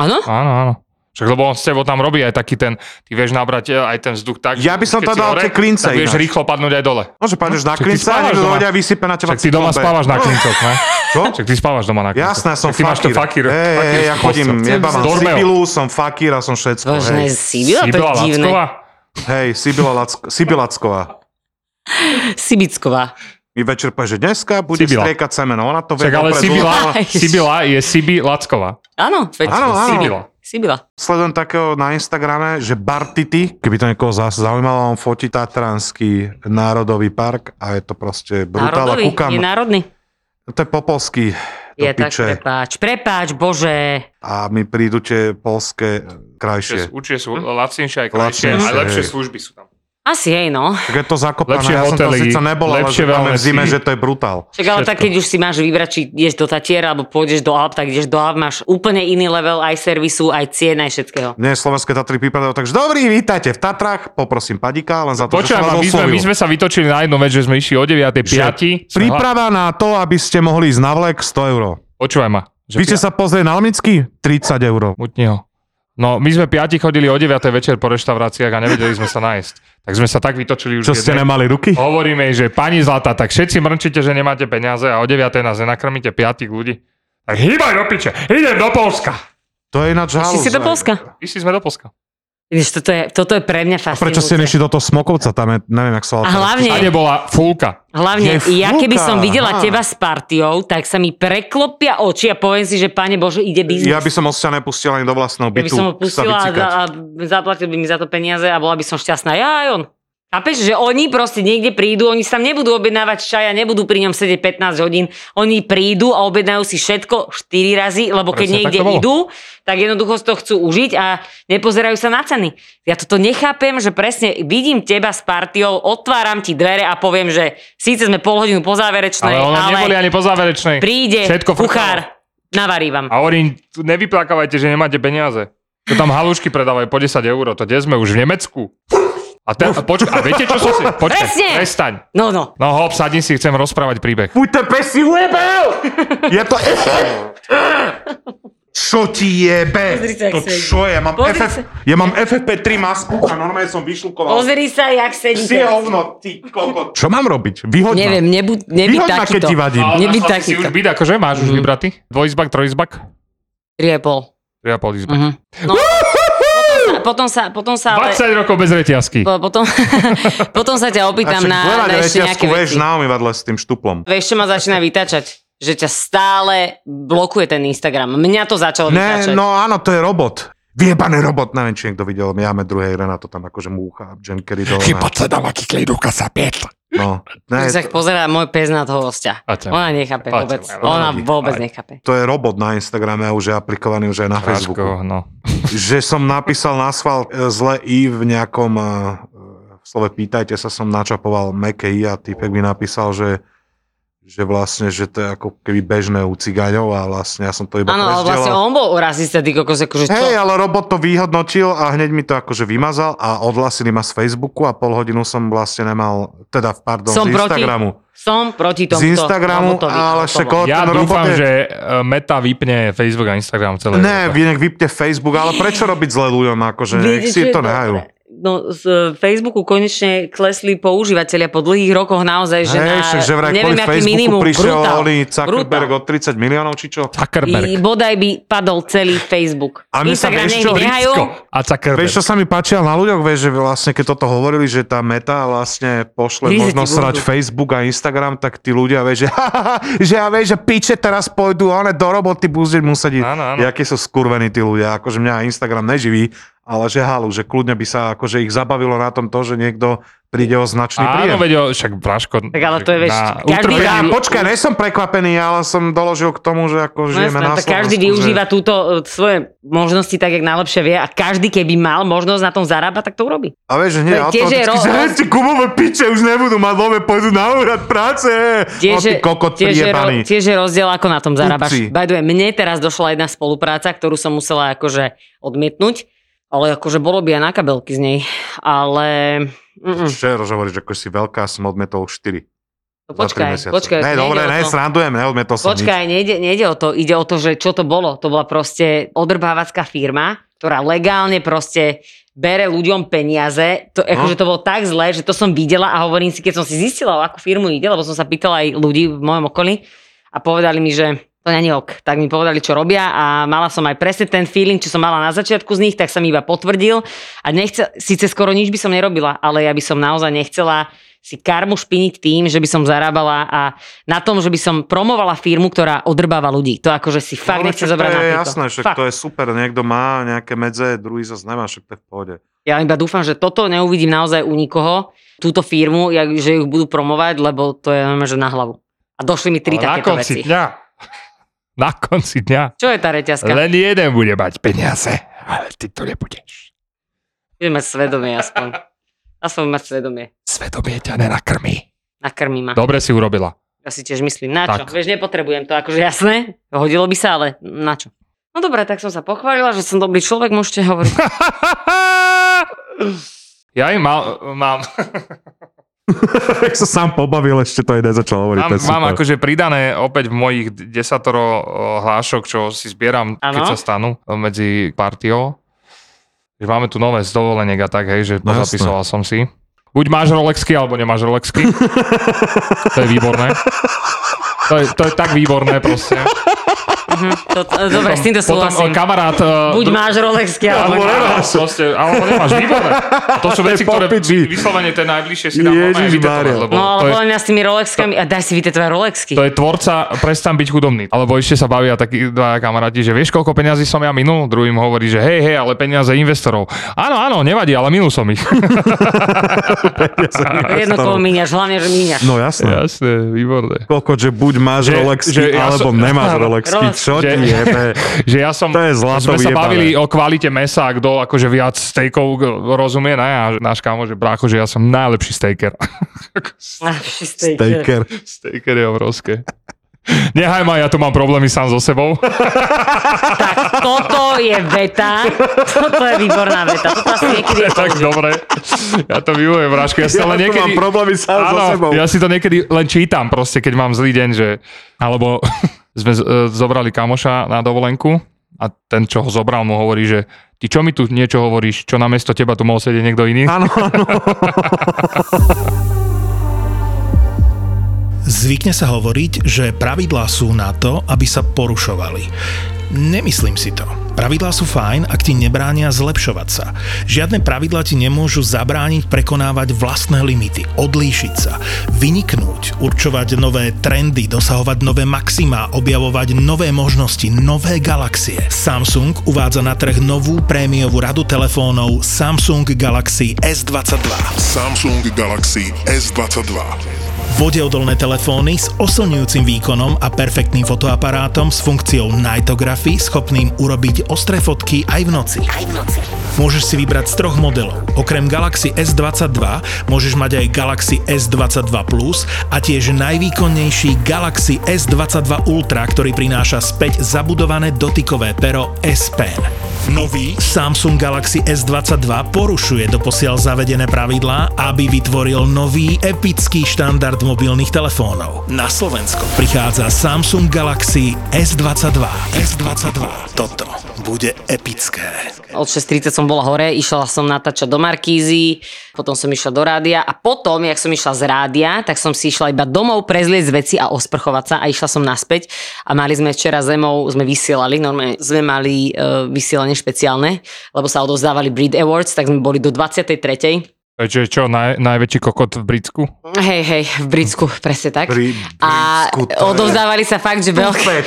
[SPEAKER 7] Áno?
[SPEAKER 3] Áno, áno. Však lebo on s tebou tam robí aj taký ten, ty vieš nabrať eh, aj ten vzduch tak.
[SPEAKER 4] Ja by som
[SPEAKER 3] keď
[SPEAKER 4] to
[SPEAKER 3] si
[SPEAKER 4] dal
[SPEAKER 3] hore,
[SPEAKER 4] tie klince
[SPEAKER 3] Tak vieš
[SPEAKER 4] ináč.
[SPEAKER 3] rýchlo padnúť aj dole.
[SPEAKER 4] No, že padneš na
[SPEAKER 3] Však Hm? ty
[SPEAKER 4] klinca a
[SPEAKER 3] spávaš
[SPEAKER 4] niekto
[SPEAKER 3] doma.
[SPEAKER 4] dojde a vysype na teba
[SPEAKER 3] Však ty doma
[SPEAKER 4] cyklopé.
[SPEAKER 3] spávaš na
[SPEAKER 4] No,
[SPEAKER 3] klincoch, ne?
[SPEAKER 4] Čo?
[SPEAKER 3] Však ty spávaš doma na klincoch.
[SPEAKER 4] Jasné, som
[SPEAKER 3] Ty máš to fakír.
[SPEAKER 4] Ej, Ej, ej, ja chodím, jeba mám
[SPEAKER 3] Dormeo.
[SPEAKER 4] Sibilu, som fakír a som všetko.
[SPEAKER 7] Vážne,
[SPEAKER 4] Hej,
[SPEAKER 7] Sibila, to je
[SPEAKER 3] Sibila
[SPEAKER 7] divné.
[SPEAKER 3] Lacková?
[SPEAKER 4] hej Sibila Lack- Sibilacková.
[SPEAKER 7] Sibicková.
[SPEAKER 4] Mi večer povie, že dneska bude
[SPEAKER 3] Sibila.
[SPEAKER 4] striekať semeno. Ona to vie.
[SPEAKER 3] Však ale
[SPEAKER 4] dopredu.
[SPEAKER 3] Sibila,
[SPEAKER 7] Aj.
[SPEAKER 3] Sibila je Sibi Lacková.
[SPEAKER 7] Áno, veď.
[SPEAKER 4] Áno, áno.
[SPEAKER 3] Sibila.
[SPEAKER 7] Sibila.
[SPEAKER 4] Sledujem takého na Instagrame, že Bartity, keby to niekoho zás zaujímalo, on fotí Tatranský národový park a je to proste brutál. A
[SPEAKER 7] Národový,
[SPEAKER 4] kúkam,
[SPEAKER 7] je národný.
[SPEAKER 4] to je po polsky, to
[SPEAKER 7] Je tak,
[SPEAKER 4] piče.
[SPEAKER 7] prepáč. Prepáč, bože.
[SPEAKER 4] A mi prídu tie polské krajšie.
[SPEAKER 3] Určite sú lacnejšie aj krajšie,
[SPEAKER 4] Hm? Lacnejšie,
[SPEAKER 3] aj lepšie
[SPEAKER 4] hej.
[SPEAKER 3] služby sú tam.
[SPEAKER 7] Asi hej, no.
[SPEAKER 4] Tak je to zakopané.
[SPEAKER 3] Lepšie
[SPEAKER 4] ja som tam
[SPEAKER 3] hotely,
[SPEAKER 4] síce nebol, ale že
[SPEAKER 3] lepšie
[SPEAKER 4] máme v
[SPEAKER 3] wellnessy.
[SPEAKER 4] zime, že to je brutál.
[SPEAKER 7] Čak, ale tak
[SPEAKER 3] Všetko.
[SPEAKER 7] keď už si máš vybrať, či ideš do Tatier, alebo pôjdeš do Alp, tak ideš do Alp, máš úplne iný level aj servisu, aj cien, aj všetkého.
[SPEAKER 4] Mne slovenské Tatry pripadajú, takže dobrý, vítajte v Tatrach, poprosím padika, len za to,
[SPEAKER 3] Počujem,
[SPEAKER 4] že som vás
[SPEAKER 3] my sme, my
[SPEAKER 4] oslovil.
[SPEAKER 3] sme sa vytočili na jednu vec, že sme išli o 9.05.
[SPEAKER 4] Že Príprava na to, aby ste mohli ísť na vlek 100 eur.
[SPEAKER 3] Počúvaj ma. Že
[SPEAKER 4] Vy ste sa pozrieť na Lmicky? 30 eur.
[SPEAKER 3] Mutni ho. No, my sme piati chodili o 9. večer po reštauráciách a nevedeli sme sa nájsť. Tak sme sa tak vytočili už.
[SPEAKER 4] Čo
[SPEAKER 3] v
[SPEAKER 4] ste
[SPEAKER 3] jednej.
[SPEAKER 4] nemali ruky?
[SPEAKER 3] Hovoríme jej, že pani Zlata, tak všetci mrčíte, že nemáte peniaze a o 9. nás nenakrmíte piatich ľudí. Tak hýbaj do piče, idem do Polska.
[SPEAKER 4] To je ináč
[SPEAKER 7] Či
[SPEAKER 4] halus.
[SPEAKER 7] si do Polska?
[SPEAKER 3] Išli sme do Polska.
[SPEAKER 7] Vieš, toto je, toto je pre
[SPEAKER 4] A
[SPEAKER 7] mňa
[SPEAKER 4] prečo ste nešli
[SPEAKER 7] fascinujúce.
[SPEAKER 4] do toho Smokovca? Tam je, neviem, jak sa volá.
[SPEAKER 7] A hlavne,
[SPEAKER 3] Všade bola fúlka.
[SPEAKER 7] hlavne
[SPEAKER 4] Je
[SPEAKER 7] ja keby som
[SPEAKER 4] fúka,
[SPEAKER 7] videla
[SPEAKER 4] aha.
[SPEAKER 7] teba s partiou, tak sa mi preklopia oči a poviem si, že pane Bože, ide biznis.
[SPEAKER 4] Ja by som osťa nepustil ani do vlastného
[SPEAKER 7] Keby
[SPEAKER 4] bytu.
[SPEAKER 7] som ho
[SPEAKER 4] sa
[SPEAKER 7] pustila a,
[SPEAKER 4] vycikať.
[SPEAKER 7] a zaplatil by mi za to peniaze a bola by som šťastná. Ja aj on. Chápeš, že oni proste niekde prídu, oni sa tam nebudú objednávať čaja, nebudú pri ňom sedieť 15 hodín, oni prídu a objednajú si všetko 4 razy, lebo keď
[SPEAKER 3] Presne tak
[SPEAKER 7] niekde
[SPEAKER 3] to bolo.
[SPEAKER 7] idú, tak jednoducho si to chcú užiť a nepozerajú sa na ceny. Ja toto nechápem, že presne vidím teba s partiou, otváram ti dvere a poviem, že síce sme pol hodinu po záverečnej,
[SPEAKER 3] Ale
[SPEAKER 7] ale,
[SPEAKER 3] ono neboli ani po záverečnej.
[SPEAKER 7] príde
[SPEAKER 3] Všetko frčalo.
[SPEAKER 7] kuchár, navarí vám.
[SPEAKER 3] A hovorím, tu nevyplakávajte, že nemáte peniaze. To tam halušky predávajú po 10 eur, to kde sme už v Nemecku. A, te, a, počka, a viete, čo som si... Počkaj,
[SPEAKER 7] Presne.
[SPEAKER 3] prestaň.
[SPEAKER 7] No, no.
[SPEAKER 3] No hop, sadni si, chcem rozprávať príbeh.
[SPEAKER 4] Buď ten pes si ujebel! Je to FF! Čo ti jebe?
[SPEAKER 7] Pozri sa, jak
[SPEAKER 4] to
[SPEAKER 7] sedí.
[SPEAKER 4] čo je? Ja mám,
[SPEAKER 7] Pozri
[SPEAKER 4] FF,
[SPEAKER 7] sa.
[SPEAKER 4] ja mám FFP3 masku a normálne som vyšľukoval.
[SPEAKER 7] Pozri sa, jak sedí.
[SPEAKER 4] Psie hovno, ty kokot. Čo mám robiť? Vyhoď ma.
[SPEAKER 7] Neviem, nebu, nebyť
[SPEAKER 4] Vyhoď ma, keď
[SPEAKER 7] takýto.
[SPEAKER 4] ti vadím.
[SPEAKER 7] nebyť
[SPEAKER 3] našla si si
[SPEAKER 7] takýto. Mhm.
[SPEAKER 3] už byt, akože máš už vybratý? Dvojizbak, trojizbak?
[SPEAKER 7] 3,5.
[SPEAKER 3] 3,5 izby.
[SPEAKER 7] Mhm. No, potom sa, potom sa, potom sa ale,
[SPEAKER 3] 20 rokov bez reťazky.
[SPEAKER 7] po- potom, potom sa ťa opýtam na, na ešte nejaké
[SPEAKER 4] vieš,
[SPEAKER 7] veci. Na...
[SPEAKER 4] na omývadle s tým štuplom.
[SPEAKER 7] Vieš, čo ma začína vytačať? Že ťa stále blokuje ten Instagram. Mňa to začalo
[SPEAKER 4] Ne,
[SPEAKER 7] vytačať.
[SPEAKER 4] no áno, to je robot. Vyjebaný robot, neviem, či niekto videl, máme druhej Renato tam akože mu uchá, Jen Kerry dole. Chyba sa dáva kyklínuka sa pět. No, ne, to,
[SPEAKER 7] Tak pozerá môj pes na toho hostia.
[SPEAKER 3] A ťa-
[SPEAKER 7] Ona nechápe
[SPEAKER 3] a ťa-
[SPEAKER 7] vôbec.
[SPEAKER 3] a-
[SPEAKER 7] Ona
[SPEAKER 3] a-
[SPEAKER 7] vôbec
[SPEAKER 3] a-
[SPEAKER 7] nechápe.
[SPEAKER 4] to je robot na Instagrame a už je aplikovaný už aj na Facebooku.
[SPEAKER 3] Ráčko, no.
[SPEAKER 4] že som napísal na sval e, zle i v nejakom e, v slove pýtajte sa som načapoval meké i a typek mi napísal, že že vlastne, že to je ako keby bežné u cigáňov a vlastne ja som to iba
[SPEAKER 7] Áno, ale vlastne
[SPEAKER 4] prezdielal.
[SPEAKER 7] on bol rasista, ty kokos, akože čo?
[SPEAKER 4] Hej, ale robot to vyhodnotil a hneď mi to akože vymazal a odhlasili ma z Facebooku a pol hodinu som vlastne nemal, teda pardon, z
[SPEAKER 7] Som proti
[SPEAKER 4] Instagramu.
[SPEAKER 7] Som proti tomuto.
[SPEAKER 4] Z Instagramu,
[SPEAKER 7] robotovi,
[SPEAKER 4] ale
[SPEAKER 7] automobilu.
[SPEAKER 4] však o-
[SPEAKER 3] Ja
[SPEAKER 4] ten robot
[SPEAKER 3] dúfam,
[SPEAKER 4] je-
[SPEAKER 3] že e, Meta vypne Facebook a Instagram celé.
[SPEAKER 4] Ne, vy nech vypte Facebook, ale prečo robiť zle ľuďom, akože nech
[SPEAKER 7] Viete, čo
[SPEAKER 4] si
[SPEAKER 7] je
[SPEAKER 4] to
[SPEAKER 7] dobré?
[SPEAKER 4] nehajú.
[SPEAKER 7] No, z e, Facebooku konečne klesli používateľia po dlhých rokoch naozaj, že
[SPEAKER 4] Hej,
[SPEAKER 7] na,
[SPEAKER 4] však že vraj
[SPEAKER 7] neviem,
[SPEAKER 4] kvôli
[SPEAKER 7] aký
[SPEAKER 4] Facebooku
[SPEAKER 7] minimum.
[SPEAKER 4] prišiel
[SPEAKER 7] brutál,
[SPEAKER 4] oný Zuckerberg
[SPEAKER 7] brutál.
[SPEAKER 4] od 30 miliónov, či čo?
[SPEAKER 3] Zuckerberg.
[SPEAKER 7] I bodaj by padol celý Facebook.
[SPEAKER 4] A mne sa
[SPEAKER 7] Instagram
[SPEAKER 4] vieš
[SPEAKER 7] nech
[SPEAKER 4] čo,
[SPEAKER 7] No nehajú.
[SPEAKER 3] Ricko A Zuckerberg.
[SPEAKER 4] Vieš, čo sa mi páčilo na ľuďoch, vieš, že vlastne keď toto hovorili, že tá meta vlastne pošle
[SPEAKER 7] Hryze
[SPEAKER 4] možno
[SPEAKER 7] ti
[SPEAKER 4] srať
[SPEAKER 7] budú.
[SPEAKER 4] Facebook a Instagram, tak tí ľudia, vieš, že, že ja vieš, že piče teraz pôjdu, one do roboty budú musieť ísť.
[SPEAKER 3] Áno, áno.
[SPEAKER 4] Jakí sú skurvení tí ľudia, akože mňa Instagram neživí, ale že halu, že kľudne by sa akože ich zabavilo na tom to, že niekto príde o značný príjem.
[SPEAKER 3] Áno, vedia, však Braško...
[SPEAKER 7] Tak ale to je, vieš,
[SPEAKER 3] na
[SPEAKER 7] každý
[SPEAKER 3] utrpení-
[SPEAKER 4] Ja,
[SPEAKER 7] Tam-
[SPEAKER 4] počkaj, nie som prekvapený, ale som doložil k tomu, že ako
[SPEAKER 7] No
[SPEAKER 4] žijeme
[SPEAKER 7] jasné,
[SPEAKER 4] na
[SPEAKER 7] tak
[SPEAKER 4] Slovensku.
[SPEAKER 7] každý
[SPEAKER 4] že-
[SPEAKER 7] využíva túto e, svoje možnosti tak, jak najlepšie vie a každý, keby mal možnosť na tom zarábať, tak to urobí.
[SPEAKER 4] A vieš, že nie,
[SPEAKER 7] To je tiež
[SPEAKER 4] automaticky,
[SPEAKER 7] ro-
[SPEAKER 4] že hej, ty gumové piče už nebudú mať nové, pôjdu na úrad práce. Tiež, no, ty kokot
[SPEAKER 7] tiež, je, ro-
[SPEAKER 4] priebaný.
[SPEAKER 7] tiež je rozdiel, ako na tom zarábaš.
[SPEAKER 4] Kupci.
[SPEAKER 7] By the way, mne teraz došla jedna spolupráca, ktorú som musela akože odmietnúť, ale akože bolo by aj na kabelky z nej. Ale... Mm-mm.
[SPEAKER 4] Včera že hovoríš, že ako si veľká, som odmetol 4.
[SPEAKER 7] No Počkaj, počkaj.
[SPEAKER 4] Ne,
[SPEAKER 7] nejde
[SPEAKER 4] dobre,
[SPEAKER 7] o
[SPEAKER 4] ne,
[SPEAKER 7] to.
[SPEAKER 4] srandujem, neodmetol som nič.
[SPEAKER 7] Počkaj, nejde, nejde o to. Ide o to, že čo to bolo. To bola proste odrbávacká firma, ktorá legálne proste bere ľuďom peniaze. To, akože to bolo tak zlé, že to som videla a hovorím si, keď som si zistila, o akú firmu ide, lebo som sa pýtala aj ľudí v mojom okolí a povedali mi, že to není ok. Tak mi povedali, čo robia a mala som aj presne ten feeling, čo som mala na začiatku z nich, tak sa mi iba potvrdil a nechce, síce skoro nič by som nerobila, ale ja by som naozaj nechcela si karmu špiniť tým, že by som zarábala a na tom, že by som promovala firmu, ktorá odrbáva ľudí. To akože si fakt
[SPEAKER 4] No,
[SPEAKER 7] nechce
[SPEAKER 4] však
[SPEAKER 7] zobrať
[SPEAKER 4] to
[SPEAKER 7] na
[SPEAKER 4] je
[SPEAKER 7] pýto.
[SPEAKER 4] jasné, však
[SPEAKER 7] Fakt.
[SPEAKER 4] to je super, niekto má nejaké medze, druhý zase nemá, však to je v pohode.
[SPEAKER 7] Ja iba dúfam, že toto neuvidím naozaj u nikoho, túto firmu, jak- že ju budú promovať, lebo to je normálne, že na hlavu. A došli mi tri
[SPEAKER 3] Ale na
[SPEAKER 7] takéto
[SPEAKER 3] konci
[SPEAKER 7] veci.
[SPEAKER 3] dňa. Na konci dňa.
[SPEAKER 7] Čo je tá reťazka?
[SPEAKER 3] Len jeden bude mať peniaze, ale ty to nebudeš.
[SPEAKER 7] Budem mať svedomie aspoň. Aspoň mať svedomie.
[SPEAKER 3] Svedomie ťa nenakrmí.
[SPEAKER 7] Nakrmi ma.
[SPEAKER 3] Dobre si urobila.
[SPEAKER 7] Ja si tiež myslím, na čo?
[SPEAKER 3] Tak.
[SPEAKER 7] Vieš, nepotrebujem to, akože jasné. Hodilo by sa, ale na čo? No dobre, tak som sa pochválila, že som dobrý človek, môžete hovoriť.
[SPEAKER 3] Ja im mal, mám,
[SPEAKER 4] Tak sa sám pobavil, ešte to aj nezačal hovoriť.
[SPEAKER 3] mám, mám akože pridané opäť v mojich desatoro o, hlášok, čo si zbieram, keď
[SPEAKER 7] Áno.
[SPEAKER 3] sa stanú o, medzi partiou. Že máme tu nové z dovoleniek a tak, hej, že
[SPEAKER 4] No
[SPEAKER 3] no,
[SPEAKER 4] jasné.
[SPEAKER 3] zapisoval som si. Buď máš Rolexky, alebo nemáš Rolexky. to je výborné. To je, to je tak výborné proste.
[SPEAKER 7] Mhm, to, to, dobre, s týmto
[SPEAKER 3] No, Potom o,
[SPEAKER 7] súhlasím.
[SPEAKER 3] kamarát... o,
[SPEAKER 7] Buď máš Rolexky, alebo...
[SPEAKER 3] Alebo
[SPEAKER 7] nie.
[SPEAKER 3] nemáš. Proste, alebo nemáš, výborné. A to sú
[SPEAKER 4] To je
[SPEAKER 3] veci, ktoré
[SPEAKER 4] popiči.
[SPEAKER 3] vy- vyslovene ten najbližšie si dá
[SPEAKER 4] Ježiš
[SPEAKER 3] normálne vytetovať,
[SPEAKER 4] Mária.
[SPEAKER 3] lebo
[SPEAKER 7] No ale
[SPEAKER 3] to je,
[SPEAKER 7] podľa mňa s tými Rolexkami, a daj si vytetovať Rolexky.
[SPEAKER 3] to je tvorca Prestan byť chudobný. Alebo ešte sa bavia takí dva kamaráti, že vieš, koľko peňazí som ja minul? Druhým hovorí, že hej, hej, ale peniaze investorov. Áno, áno, nevadí, ale minul som ich.
[SPEAKER 7] To je jedno, koho míňaš, hlavne, že míňaš.
[SPEAKER 4] No jasné.
[SPEAKER 3] Jasné, výborné.
[SPEAKER 4] Koľko, že buď máš
[SPEAKER 3] Že-
[SPEAKER 4] Rolexky,
[SPEAKER 3] že ja
[SPEAKER 4] alebo
[SPEAKER 3] som-
[SPEAKER 4] nemáš
[SPEAKER 3] Áno.
[SPEAKER 4] Rolexky,
[SPEAKER 7] Rolex-
[SPEAKER 4] čo ti
[SPEAKER 3] Že-
[SPEAKER 4] jebe.
[SPEAKER 3] Že ja som,
[SPEAKER 4] To je zlato
[SPEAKER 3] sme sa
[SPEAKER 4] vyjebané.
[SPEAKER 3] bavili o kvalite mesa, a kto akože viac stejkov rozumie, ne? A náš kámo, že brácho, že ja som najlepší stejker.
[SPEAKER 7] Najlepší steak.
[SPEAKER 4] Taker.
[SPEAKER 3] Stejker je obrovské. Nehaj ma, ja tu mám problémy sám so sebou.
[SPEAKER 7] Tak toto je veta. Toto je výborná veta. Toto asi niekedy...
[SPEAKER 3] tak dobre. Ja to vyujem, Vražko. Ja, si to
[SPEAKER 4] Ja
[SPEAKER 3] len
[SPEAKER 4] tu
[SPEAKER 3] niekedy...
[SPEAKER 4] mám problémy sám so
[SPEAKER 3] Áno,
[SPEAKER 4] sebou.
[SPEAKER 3] ja si to niekedy len čítam proste, keď mám zlý deň, že... Alebo sme z- e, zobrali kamoša na dovolenku a ten, čo ho zobral, mu hovorí, že ty čo mi tu niečo hovoríš, čo namiesto teba tu mohol sedieť niekto iný?
[SPEAKER 4] Áno, áno.
[SPEAKER 2] Zvykne sa hovoriť, že pravidlá sú na to, aby sa porušovali. Nemyslím si to. Pravidlá sú fajn, ak ti nebránia zlepšovať sa. Žiadne pravidlá ti nemôžu zabrániť prekonávať vlastné limity, odlíšiť sa, vyniknúť, určovať nové trendy, dosahovať nové maxima, objavovať nové možnosti, nové galaxie. Samsung uvádza na trh novú prémiovú radu telefónov Samsung Galaxy S22.
[SPEAKER 8] Samsung Galaxy S22.
[SPEAKER 2] Vodeodolné telefóny s oslňujúcim výkonom a perfektným fotoaparátom s funkciou Nightography, schopným urobiť ostré fotky aj v noci. Môžeš si vybrať z troch modelov. Okrem Galaxy S22 môžeš mať aj Galaxy S22 Plus a tiež najvýkonnejší Galaxy S22 Ultra, ktorý prináša späť zabudované dotykové pero S Pen. Nový Samsung Galaxy S22 porušuje doposiaľ zavedené pravidlá, aby vytvoril nový epický štandard mobilných telefónov. Na Slovensko prichádza Samsung Galaxy S22. S22. Toto bude epické.
[SPEAKER 7] Od 6.30 som bola hore, išla som natáčať do Markízy, potom som išla do rádia a potom, jak som išla z rádia, tak som si išla iba domov prezlieť z veci a osprchovať sa a išla som naspäť a mali sme včera zemou, sme vysielali, normálne sme mali e, vysielanie špeciálne, lebo sa odovzdávali Brit Awards, tak sme boli do 23.
[SPEAKER 3] Čo, čo naj, najväčší kokot v Britsku?
[SPEAKER 7] Hej, hej, v Britsku, presne tak.
[SPEAKER 4] Pri
[SPEAKER 7] a
[SPEAKER 4] Britsku, to je
[SPEAKER 7] odovzdávali sa fakt, že veľké.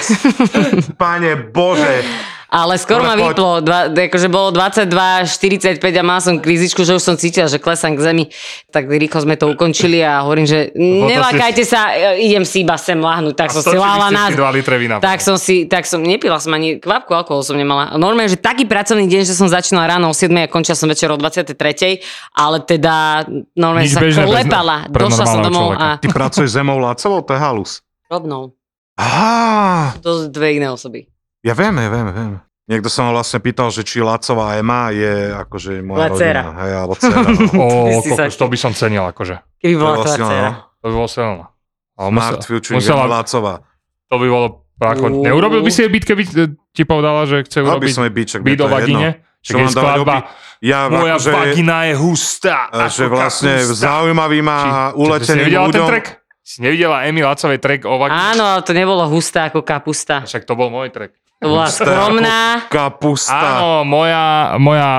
[SPEAKER 4] Vôbec. Pane Bože.
[SPEAKER 7] Ale skoro ma
[SPEAKER 4] Ale poď.
[SPEAKER 7] vyplo, dva, akože bolo 22, 45 a mal som krízičku, že už som cítila, že klesám k zemi. Tak rýchlo sme to ukončili a hovorím, že nelákajte sa, e, idem si iba sem lahnuť. Tak
[SPEAKER 3] No A
[SPEAKER 7] som si
[SPEAKER 3] 140
[SPEAKER 7] lála nás.
[SPEAKER 3] dva litre vína.
[SPEAKER 7] Tak som si, tak som, nepila som ani kvapku alkoholu som nemala. Normálne, že taký pracovný deň, že som začínala ráno o 7 a končila som večer o 23, ale teda normálne
[SPEAKER 3] Nič
[SPEAKER 7] sa
[SPEAKER 3] bežné, bežné
[SPEAKER 7] klepala.
[SPEAKER 3] pre
[SPEAKER 7] Došla som
[SPEAKER 3] normálneho
[SPEAKER 7] domov
[SPEAKER 3] človeka.
[SPEAKER 7] a
[SPEAKER 4] Ty pracuješ zemou Lacovou, to je halus.
[SPEAKER 7] rovnou.
[SPEAKER 4] Á,
[SPEAKER 7] To sú dve iné osoby.
[SPEAKER 4] ja viem, ja viem, ja viem. Niekto sa ma vlastne pýtal, že či Lacová Ema je akože moja
[SPEAKER 7] Moja dcéra.
[SPEAKER 4] rodina. Hej, alebo dcera. No.
[SPEAKER 3] Ó,
[SPEAKER 7] si
[SPEAKER 3] kokos,
[SPEAKER 7] sa-
[SPEAKER 3] to by som cenil akože.
[SPEAKER 4] To
[SPEAKER 7] Keby
[SPEAKER 4] je
[SPEAKER 7] bola tvoja
[SPEAKER 4] vlastne,
[SPEAKER 7] dcera.
[SPEAKER 4] no.
[SPEAKER 3] To by bolo silné. Ale
[SPEAKER 4] Smart
[SPEAKER 3] musela-
[SPEAKER 4] Future
[SPEAKER 3] musela-
[SPEAKER 4] Ema Lacová.
[SPEAKER 3] to by bolo prachotné.
[SPEAKER 7] Uú.
[SPEAKER 3] Neurobil by si jej byt, keby e, ti povedala, že chce
[SPEAKER 4] Dal by
[SPEAKER 3] urobiť
[SPEAKER 4] som jej bíček,
[SPEAKER 3] byt o vagine?
[SPEAKER 4] Čo
[SPEAKER 3] Čo je
[SPEAKER 4] mám dávať
[SPEAKER 3] skladba
[SPEAKER 4] opi- Ja,
[SPEAKER 3] Moja
[SPEAKER 4] akože,
[SPEAKER 3] vagina je hustá.
[SPEAKER 4] eh, že
[SPEAKER 3] ako
[SPEAKER 4] vlastne
[SPEAKER 3] kapusta.
[SPEAKER 4] zaujímavým a
[SPEAKER 3] Či- či si
[SPEAKER 4] uleteným
[SPEAKER 3] nevidela ten
[SPEAKER 4] ľuďom.
[SPEAKER 3] track? Si nevidela Emi Lacovej track o vagine?
[SPEAKER 7] Áno, ale to nebolo husté ako kapusta.
[SPEAKER 3] Však to bol môj track.
[SPEAKER 7] To bola
[SPEAKER 4] Husté
[SPEAKER 7] skromná.
[SPEAKER 4] Kapusta.
[SPEAKER 3] Áno, moja, moja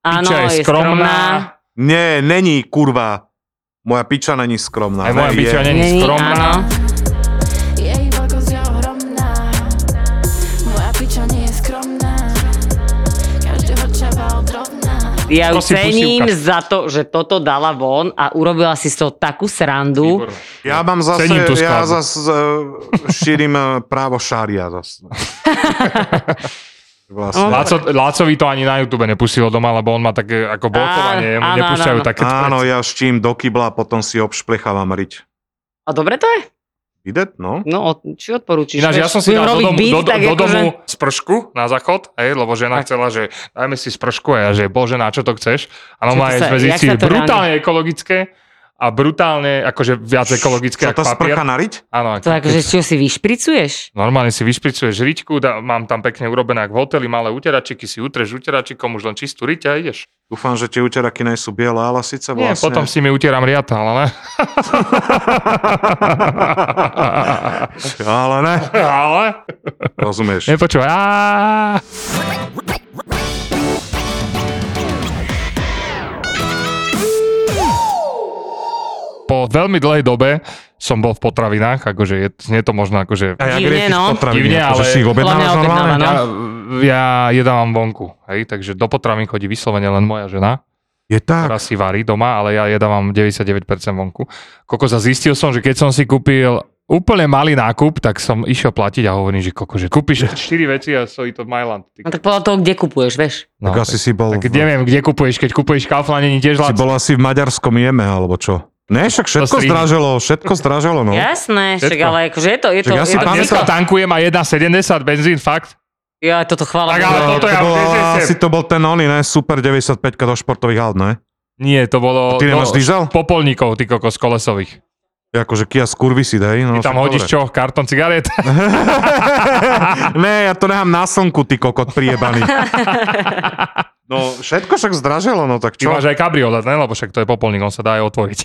[SPEAKER 7] Áno,
[SPEAKER 3] piča je
[SPEAKER 7] je
[SPEAKER 3] skromná.
[SPEAKER 7] skromná.
[SPEAKER 4] Nie, není, kurva. Moja piča není skromná.
[SPEAKER 3] Aj moja
[SPEAKER 4] Ne,
[SPEAKER 3] piča
[SPEAKER 4] je.
[SPEAKER 3] není
[SPEAKER 7] Není, áno.
[SPEAKER 3] skromná.
[SPEAKER 9] Jej veľkosť je ohromná Moja piča nie je skromná Každého čava odrovná
[SPEAKER 7] Ja ju
[SPEAKER 3] Prosím,
[SPEAKER 7] cením
[SPEAKER 3] pusívka.
[SPEAKER 7] za to, že toto dala von a urobila si z toho takú srandu.
[SPEAKER 3] Výborné.
[SPEAKER 4] Ja mám zase,
[SPEAKER 3] Cením tú
[SPEAKER 4] ja
[SPEAKER 3] skladbu.
[SPEAKER 4] zase uh, šírim eh, právo šária zase. vlastne.
[SPEAKER 3] Láco, Lácovi to ani na YouTube nepustilo doma, lebo on má také ako blokovanie, mu
[SPEAKER 7] áno,
[SPEAKER 3] nepúšťajú
[SPEAKER 7] áno.
[SPEAKER 3] také
[SPEAKER 4] Áno, ja štím do kybla, potom si obšplechávam riť.
[SPEAKER 7] A dobre to je?
[SPEAKER 4] Ide, no?
[SPEAKER 7] No, o- či odporúčiš?
[SPEAKER 3] Ináč, ja
[SPEAKER 7] Vieš,
[SPEAKER 3] som si
[SPEAKER 7] budem
[SPEAKER 3] dal do
[SPEAKER 7] robiť
[SPEAKER 3] domu,
[SPEAKER 7] beat,
[SPEAKER 3] do, do,
[SPEAKER 7] tak
[SPEAKER 3] do
[SPEAKER 7] akože-
[SPEAKER 3] domu spršku na záchod, hej, lebo žena chcela, že dajme si spršku a ja, že bože, na čo to chceš? A
[SPEAKER 7] Čo to
[SPEAKER 3] normálne
[SPEAKER 7] sa-
[SPEAKER 3] sme
[SPEAKER 7] jak
[SPEAKER 3] zistili
[SPEAKER 7] sa to
[SPEAKER 3] brutálne ekologické a brutálne, akože viac ekologické
[SPEAKER 4] Sa
[SPEAKER 3] ako
[SPEAKER 4] tá
[SPEAKER 3] papier.
[SPEAKER 4] sprcha nariť?
[SPEAKER 3] Áno,
[SPEAKER 7] To akože, čo si vyšpricuješ?
[SPEAKER 3] Normálne si vyšpricuješ riťku, dá, mám tam pekne urobené ako v hoteli, malé uteračiky, si utreš uteračikom, už len čistú riť a ideš.
[SPEAKER 4] Dúfam, že tie uteraky nie sú biele, ale síce
[SPEAKER 3] Nie,
[SPEAKER 4] vlastne...
[SPEAKER 3] potom si mi utieram riata, ale ne.
[SPEAKER 4] Ale ne,
[SPEAKER 3] ale?
[SPEAKER 4] rozumieš.
[SPEAKER 3] Nepočúvaj. Á. Po veľmi dlhej dobe som bol v potravinách, akože je, je to možno akože...
[SPEAKER 4] A jak
[SPEAKER 7] Divne,
[SPEAKER 4] riešiš
[SPEAKER 7] no.
[SPEAKER 4] potraviny?
[SPEAKER 3] Divne,
[SPEAKER 4] Akože
[SPEAKER 3] ale-
[SPEAKER 4] si ich objednávaš
[SPEAKER 7] Podľa mňa
[SPEAKER 4] normálne?
[SPEAKER 7] objednáva,
[SPEAKER 3] Ja,
[SPEAKER 7] no.
[SPEAKER 3] ja jedávam vonku, hej, takže do potravín chodí vyslovene len moja žena.
[SPEAKER 4] Je tak.
[SPEAKER 3] ktorá si varí doma, ale ja jedávam 99% vonku. Kokos a zistil som, že keď som si kúpil úplne malý nákup, tak som išiel platiť a hovorím, že koko, že kúpiš 4 veci a stojí to Myland.
[SPEAKER 7] No tak podľa toho, kde kupuješ, vieš?
[SPEAKER 4] Tak asi si bol...
[SPEAKER 3] no, tak neviem, kde kupuješ, keď kupuješ kauflanení
[SPEAKER 4] Si
[SPEAKER 3] tiež lacno.
[SPEAKER 4] bol asi v maďarskom jeme, alebo čo? Ne, však všetko
[SPEAKER 3] To strihne.
[SPEAKER 4] zdraželo, všetko zdraželo, no.
[SPEAKER 7] Jasné, však
[SPEAKER 3] Všetko.
[SPEAKER 7] ale akože je to... Je
[SPEAKER 4] Však ja
[SPEAKER 7] to, je
[SPEAKER 4] si
[SPEAKER 7] to
[SPEAKER 3] A dneska tankujem a 1,70 benzín, fakt.
[SPEAKER 7] Ja toto chvála.
[SPEAKER 3] Tak
[SPEAKER 7] Bohu.
[SPEAKER 3] ale toto ja
[SPEAKER 4] to, bol,
[SPEAKER 3] vnesiem.
[SPEAKER 4] asi to bol ten oný, ne? Super 95 do športových aut, ne?
[SPEAKER 3] Nie, to bolo...
[SPEAKER 4] Ty nemáš diesel?
[SPEAKER 3] Popolníkov, ty kokos, kolesových.
[SPEAKER 4] Je Akože Kia Skurvisid, hej? No,
[SPEAKER 3] Ty tam
[SPEAKER 4] však
[SPEAKER 3] hodíš
[SPEAKER 4] dobre.
[SPEAKER 3] čo? Karton cigariet?
[SPEAKER 4] ne, ja to nechám na slnku, ty kokot priebaný. No, všetko však zdraželo, no tak
[SPEAKER 3] Ty
[SPEAKER 4] čo?
[SPEAKER 3] máš aj kabriolet, ne? Lebo však to je popolník, on sa dá aj otvoriť.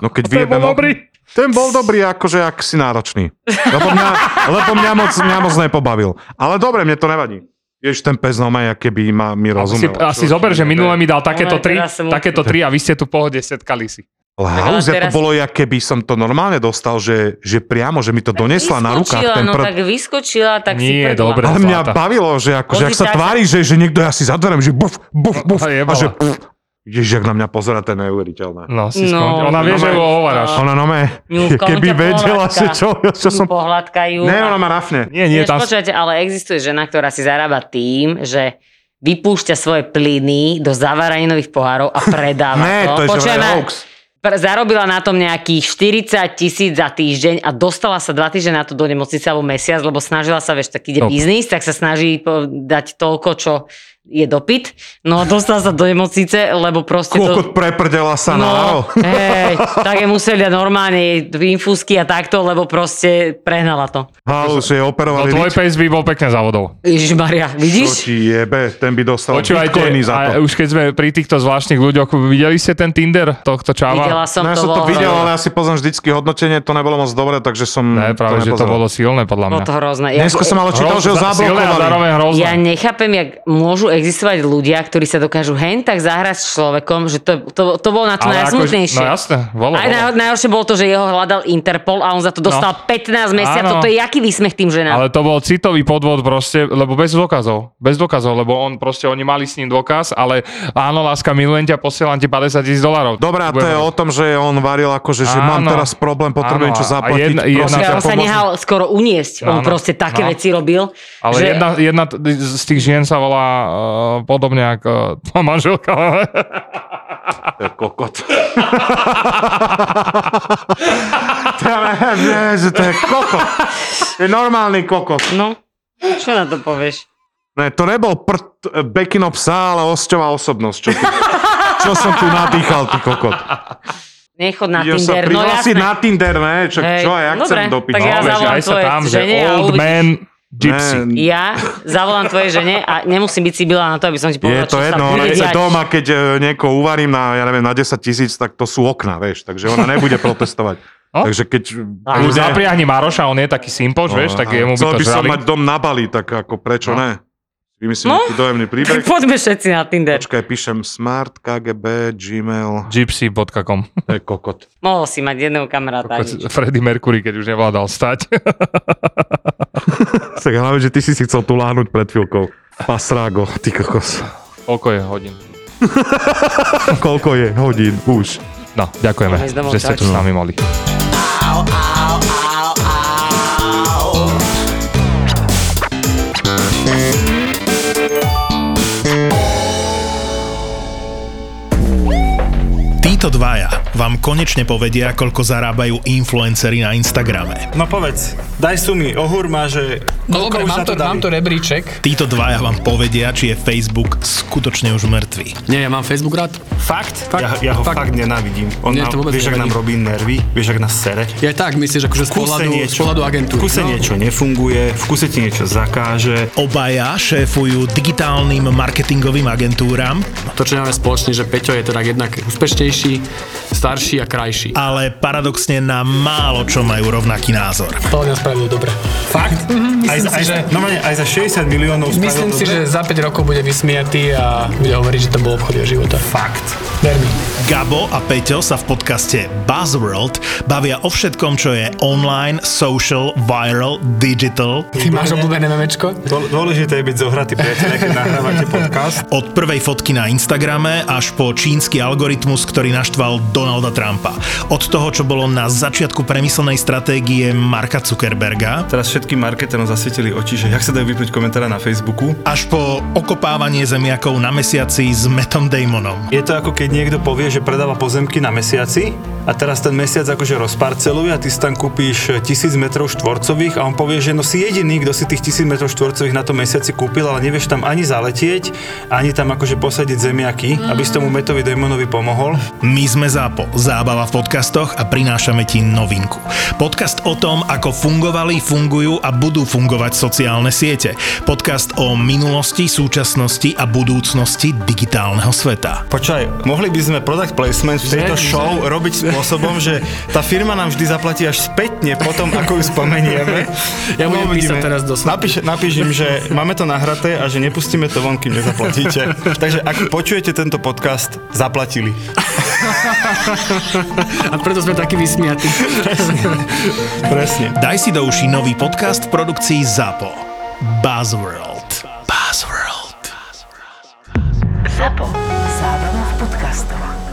[SPEAKER 4] No keď
[SPEAKER 3] Ten
[SPEAKER 4] vyjebem...
[SPEAKER 3] bol dobrý.
[SPEAKER 4] Ten bol dobrý, akože ak si náročný. Lebo mňa, lebo mňa, moc, mňa moc nepobavil. Ale dobre, mne to nevadí. Jež ten pes normálne, aké by ma mi
[SPEAKER 3] Asi,
[SPEAKER 4] rozumel.
[SPEAKER 3] asi
[SPEAKER 4] Čo-
[SPEAKER 3] zober, že minule mi dal takéto
[SPEAKER 7] No,
[SPEAKER 3] tri,
[SPEAKER 7] teraz som-
[SPEAKER 3] takéto tri a vy ste tu v pohode setkali si.
[SPEAKER 4] Ale
[SPEAKER 7] Tak ale
[SPEAKER 4] halúze,
[SPEAKER 7] teraz-
[SPEAKER 4] to bolo, jak keby som to normálne dostal, že, že priamo, že mi to donesla na rukách.
[SPEAKER 7] Vyskočila,
[SPEAKER 4] Ten
[SPEAKER 7] no
[SPEAKER 4] pr...
[SPEAKER 7] tak vyskočila, tak si
[SPEAKER 3] Nie,
[SPEAKER 7] prdla.
[SPEAKER 3] dobre.
[SPEAKER 4] Ale mňa
[SPEAKER 3] zlata.
[SPEAKER 4] bavilo, že ako, že ak sa
[SPEAKER 7] Pozitá-
[SPEAKER 4] tvári, že, že niekto ja si za dverem, že buf, buf, buf. A
[SPEAKER 3] A No, jebala.
[SPEAKER 4] že puf. Ježiš, ak na mňa pozera, to je neuveriteľné.
[SPEAKER 3] No, si
[SPEAKER 7] No.
[SPEAKER 3] no, Ona vie,
[SPEAKER 4] No,
[SPEAKER 3] že
[SPEAKER 4] no,
[SPEAKER 3] ho hovoráš.
[SPEAKER 4] Ona no me,
[SPEAKER 7] Ňuka,
[SPEAKER 4] keby
[SPEAKER 7] on ťa
[SPEAKER 4] vedela,
[SPEAKER 7] pohľadka.
[SPEAKER 4] že čo, čo
[SPEAKER 7] Ju
[SPEAKER 4] som...
[SPEAKER 7] pohľadkajú.
[SPEAKER 4] Ne,
[SPEAKER 7] a-
[SPEAKER 4] ona ma rafne.
[SPEAKER 3] Nie, nie,
[SPEAKER 7] Ináč,
[SPEAKER 3] tam...
[SPEAKER 7] počúvajte, ale existuje žena, ktorá si zarába tým, že vypúšťa svoje plyny do zavaraninových pohárov a predáva
[SPEAKER 4] Ne, to je že vraj
[SPEAKER 7] Počúvaj ma,
[SPEAKER 4] hoax.
[SPEAKER 7] pr- Zarobila na tom nejakých 40 tisíc za týždeň a dostala sa dva týždne na to do nemocnice alebo mesiac, lebo snažila sa, vieš, tak ide
[SPEAKER 3] No.
[SPEAKER 7] biznis, tak sa snaží po- dať toľko, čo je dopyt. No a dostala sa do nemocnice, lebo proste to...
[SPEAKER 4] Kokot preprdela sa na
[SPEAKER 7] No,
[SPEAKER 4] aro.
[SPEAKER 7] hej, tak jej museli dať normálne infúzky a takto, lebo proste prehnala to.
[SPEAKER 4] Halus je
[SPEAKER 3] No,
[SPEAKER 4] operovali.
[SPEAKER 3] tvoj pes by bol pekne závodov.
[SPEAKER 7] Ježišmaria,
[SPEAKER 4] Čo
[SPEAKER 7] vidíš?
[SPEAKER 4] ti jebe, ten by dostal
[SPEAKER 3] Počúvajte,
[SPEAKER 4] bitcoiny za
[SPEAKER 3] a
[SPEAKER 4] to.
[SPEAKER 3] už keď sme pri týchto zvláštnych ľuďoch, videli ste ten Tinder tohto čáva?
[SPEAKER 7] Videla som
[SPEAKER 4] No ja
[SPEAKER 7] to,
[SPEAKER 4] som to
[SPEAKER 7] bolo-
[SPEAKER 4] videl, ale asi poznám vždycky hodnotenie, to nebolo moc dobre, takže som
[SPEAKER 3] Ne, práve, že to
[SPEAKER 4] nepozeral.
[SPEAKER 3] bolo silné podľa mňa.
[SPEAKER 7] Bolo No to hrozné. Ja,
[SPEAKER 4] Dneska som ale čítal,
[SPEAKER 3] Hroz-
[SPEAKER 4] že ho
[SPEAKER 3] za- silné a
[SPEAKER 4] zablokovali.
[SPEAKER 3] zároveň hrozné.
[SPEAKER 7] ja nechápem, jak môžu existovať ľudia, ktorí sa dokážu hen tak zahrať s človekom, že to, to, to bolo na to
[SPEAKER 3] Ale akože-
[SPEAKER 7] najsmutnejšie.
[SPEAKER 3] no jasné, bolo,
[SPEAKER 7] Aj
[SPEAKER 3] bolo.
[SPEAKER 7] naj, najhoršie bolo to, že jeho hľadal Interpol a on za to dostal
[SPEAKER 3] No.
[SPEAKER 7] 15
[SPEAKER 3] Áno.
[SPEAKER 7] mesiacov. To je jaký výsmech tým ženám. Ale...
[SPEAKER 3] Ale to bol citový podvod proste, lebo bez dôkazov. Bez dôkazov, lebo on proste, oni mali s ním dôkaz, ale áno, láska, milujem ťa, posielam ti 50 tisíc dolárov.
[SPEAKER 4] Dobre, a to je
[SPEAKER 3] Budeme-
[SPEAKER 4] o tom, že on varil akože, že mám
[SPEAKER 3] Áno.
[SPEAKER 4] teraz problém, potrebujem
[SPEAKER 3] Áno,
[SPEAKER 4] čo
[SPEAKER 3] a
[SPEAKER 4] zaplatiť.
[SPEAKER 3] jedna- jedna-
[SPEAKER 4] prosím ťa,
[SPEAKER 7] on sa
[SPEAKER 4] pomôž mi.
[SPEAKER 7] nehal skoro uniesť. On
[SPEAKER 3] Áno.
[SPEAKER 7] proste také
[SPEAKER 3] No.
[SPEAKER 7] veci robil.
[SPEAKER 3] Ale
[SPEAKER 7] že...
[SPEAKER 3] jedna, jedna t- z tých žien sa volá uh, podobne ako uh, tá manželka.
[SPEAKER 4] To je kokot. to je, ne, že to je kokot. To je normálny kokot.
[SPEAKER 7] No, čo na to povieš?
[SPEAKER 4] Ne, to nebol prt, e, Bekino psa, ale osťová osobnosť. Čo, tu, čo som tu nadýchal, ty kokot.
[SPEAKER 7] Nechod na
[SPEAKER 4] Idem sa
[SPEAKER 7] Tinder. No
[SPEAKER 4] prihlásiť
[SPEAKER 7] jasné.
[SPEAKER 4] na Tinder, ne? Čo,
[SPEAKER 7] Hej,
[SPEAKER 4] čo ja
[SPEAKER 7] dobre,
[SPEAKER 4] chcem No, dopiť?
[SPEAKER 7] tak ja
[SPEAKER 3] Dobre, že
[SPEAKER 7] zavolám
[SPEAKER 3] No, aj sa
[SPEAKER 7] tvoje
[SPEAKER 3] tam, že
[SPEAKER 7] žene a
[SPEAKER 3] old
[SPEAKER 7] uvidíš.
[SPEAKER 3] man gypsy.
[SPEAKER 4] Ne,
[SPEAKER 7] Ja zavolám tvojej žene a nemusím byť Sibila na to, aby som ti
[SPEAKER 4] je
[SPEAKER 7] povedala,
[SPEAKER 4] to
[SPEAKER 7] čo
[SPEAKER 4] jedno,
[SPEAKER 7] sa
[SPEAKER 4] ona
[SPEAKER 7] bude
[SPEAKER 4] chce
[SPEAKER 7] diať.
[SPEAKER 4] doma, keď e, niekoho uvarím na, ja neviem, na 10 tisíc, tak to sú okna, vieš, takže ona nebude protestovať.
[SPEAKER 3] No.
[SPEAKER 4] Takže keď...
[SPEAKER 7] A
[SPEAKER 3] Už
[SPEAKER 4] ľudia-
[SPEAKER 3] zapriahni Maroša, on je taký simpoč, vieš, tak
[SPEAKER 4] No, Aha.
[SPEAKER 3] jemu by
[SPEAKER 4] Chcel
[SPEAKER 3] to
[SPEAKER 4] by som
[SPEAKER 3] žrali.
[SPEAKER 4] mať dom na Bali, tak ako prečo ne? Vymyslím
[SPEAKER 7] No.
[SPEAKER 4] nejaký dojemný
[SPEAKER 7] Tak
[SPEAKER 4] príbeh.
[SPEAKER 7] poďme všetci na Tinder.
[SPEAKER 4] Počkaj, píšem smart, KGB, Gmail,
[SPEAKER 3] gypsy.com.
[SPEAKER 4] to je kokot.
[SPEAKER 7] Mohol si mať jedného kamaráta. nič.
[SPEAKER 3] Freddy Mercury, keď už nevládal stať.
[SPEAKER 4] Tak hlavne, že ty si si chcel tu láhnuť pred chvíľkou. Pasrágo, ty kokos.
[SPEAKER 3] Koľko je hodín?
[SPEAKER 4] Koľko je hodín už?
[SPEAKER 3] No, ďakujeme,
[SPEAKER 7] Môžeme ísť domov,
[SPEAKER 3] že ste tu s
[SPEAKER 7] čaute.
[SPEAKER 3] nami mali.
[SPEAKER 2] Títo dvaja vám konečne povedia, koľko zarábajú influencery na Instagrame.
[SPEAKER 10] No povedz, daj sumy, ohúr má, že...
[SPEAKER 11] No dobre, mám to, mám to rebríček.
[SPEAKER 2] Títo dvaja vám povedia, či je Facebook skutočne už mrtvý.
[SPEAKER 11] Nie, ja mám Facebook rád.
[SPEAKER 10] Fakt? fakt? Ja, ja ho fakt, fakt nenávidím. On
[SPEAKER 11] Mne
[SPEAKER 10] nám,
[SPEAKER 11] to vôbec
[SPEAKER 10] vieš, ak nám
[SPEAKER 11] nevadí.
[SPEAKER 10] robí nervy, vieš, ak nás sere.
[SPEAKER 11] Ja aj tak, myslíš, akože z
[SPEAKER 10] V kuse
[SPEAKER 11] pohľadu, z
[SPEAKER 10] niečo-
[SPEAKER 11] pohľadu agentúry.
[SPEAKER 10] V kuse
[SPEAKER 11] no.
[SPEAKER 10] niečo nefunguje, v kuse ti niečo zakáže.
[SPEAKER 2] Obaja šéfujú digitálnym marketingovým agentúram,
[SPEAKER 11] No To, čo máme spoločne, že Peťo je teda jednak úspešnejší, starší a krajší. A
[SPEAKER 2] ale paradoxne na málo čo majú rovnaký názor.
[SPEAKER 11] to nás spravilo dobre. Mhm,
[SPEAKER 10] Fakt? Aj,
[SPEAKER 11] Myslím
[SPEAKER 10] za- aj,
[SPEAKER 11] si,
[SPEAKER 10] za-
[SPEAKER 11] že-
[SPEAKER 10] normálne, aj za 60 miliónov spravil
[SPEAKER 11] Myslím si,
[SPEAKER 10] dobre.
[SPEAKER 11] že za 5 rokov bude vysmiatý a bude hovoriť, že to bol obchod jeho života.
[SPEAKER 10] Fakt.
[SPEAKER 11] Ver mi.
[SPEAKER 2] Gabo a Peťo sa v podcaste Buzzworld bavia o všetkom, čo je online, social, viral, digital,
[SPEAKER 11] Ty máš obľúbené memečko?
[SPEAKER 10] Dô- Dôležité je byť zohratý priateľ, keď nahrávate podcast.
[SPEAKER 2] od prvej fotky na Instagrame až po čínsky algoritmus, ktorý naštval Donalda Trumpa. Od toho, čo bolo na začiatku premyslenej stratégie Marka Zuckerberga,
[SPEAKER 10] Teraz všetkým marketerom zasvietili oči, že jak sa dajú vypnúť komentára na Facebooku.
[SPEAKER 2] až po okopávanie zemiakov na mesiaci s Metom Damonom.
[SPEAKER 10] Je to ako keď niekto povie, že predáva pozemky na mesiaci a teraz ten mesiac akože rozparceluje a ty si tam kúpíš 1000 m štvorcových a on povie, že no si jediný, kto si tých 1000 m štvorcových na tom mesiaci kúpil, ale nevieš tam ani zaletieť, ani tam akože posadiť zemiaky, aby si tomu metovi démonovi pomohol.
[SPEAKER 2] My sme Zápo, zábava v podcastoch a prinášame ti novinku. Podcast o tom, ako fungovali, fungujú a budú fungovať sociálne siete. Podcast o minulosti, súčasnosti a budúcnosti digitálneho sveta.
[SPEAKER 10] Počkaj, mohli by sme product placement v tejto show robiť spôsobom, že tá firma nám vždy zaplatí až spätne potom, ako ju spomenieme.
[SPEAKER 11] Ja budem písať
[SPEAKER 10] Uvidíme.
[SPEAKER 11] teraz do
[SPEAKER 10] Napíš, napíš im, že máme to nahraté a že nepustíme to von, kým nezaplatíte. Takže ak počujete tento podcast, zaplatili.
[SPEAKER 11] A preto sme takí vysmiatí.
[SPEAKER 10] Presne.
[SPEAKER 2] Daj si do uší nový podcast v produkcii ZAPO. Buzzworld. Buzzworld.
[SPEAKER 1] Zapo. Zábrná v podcastovách.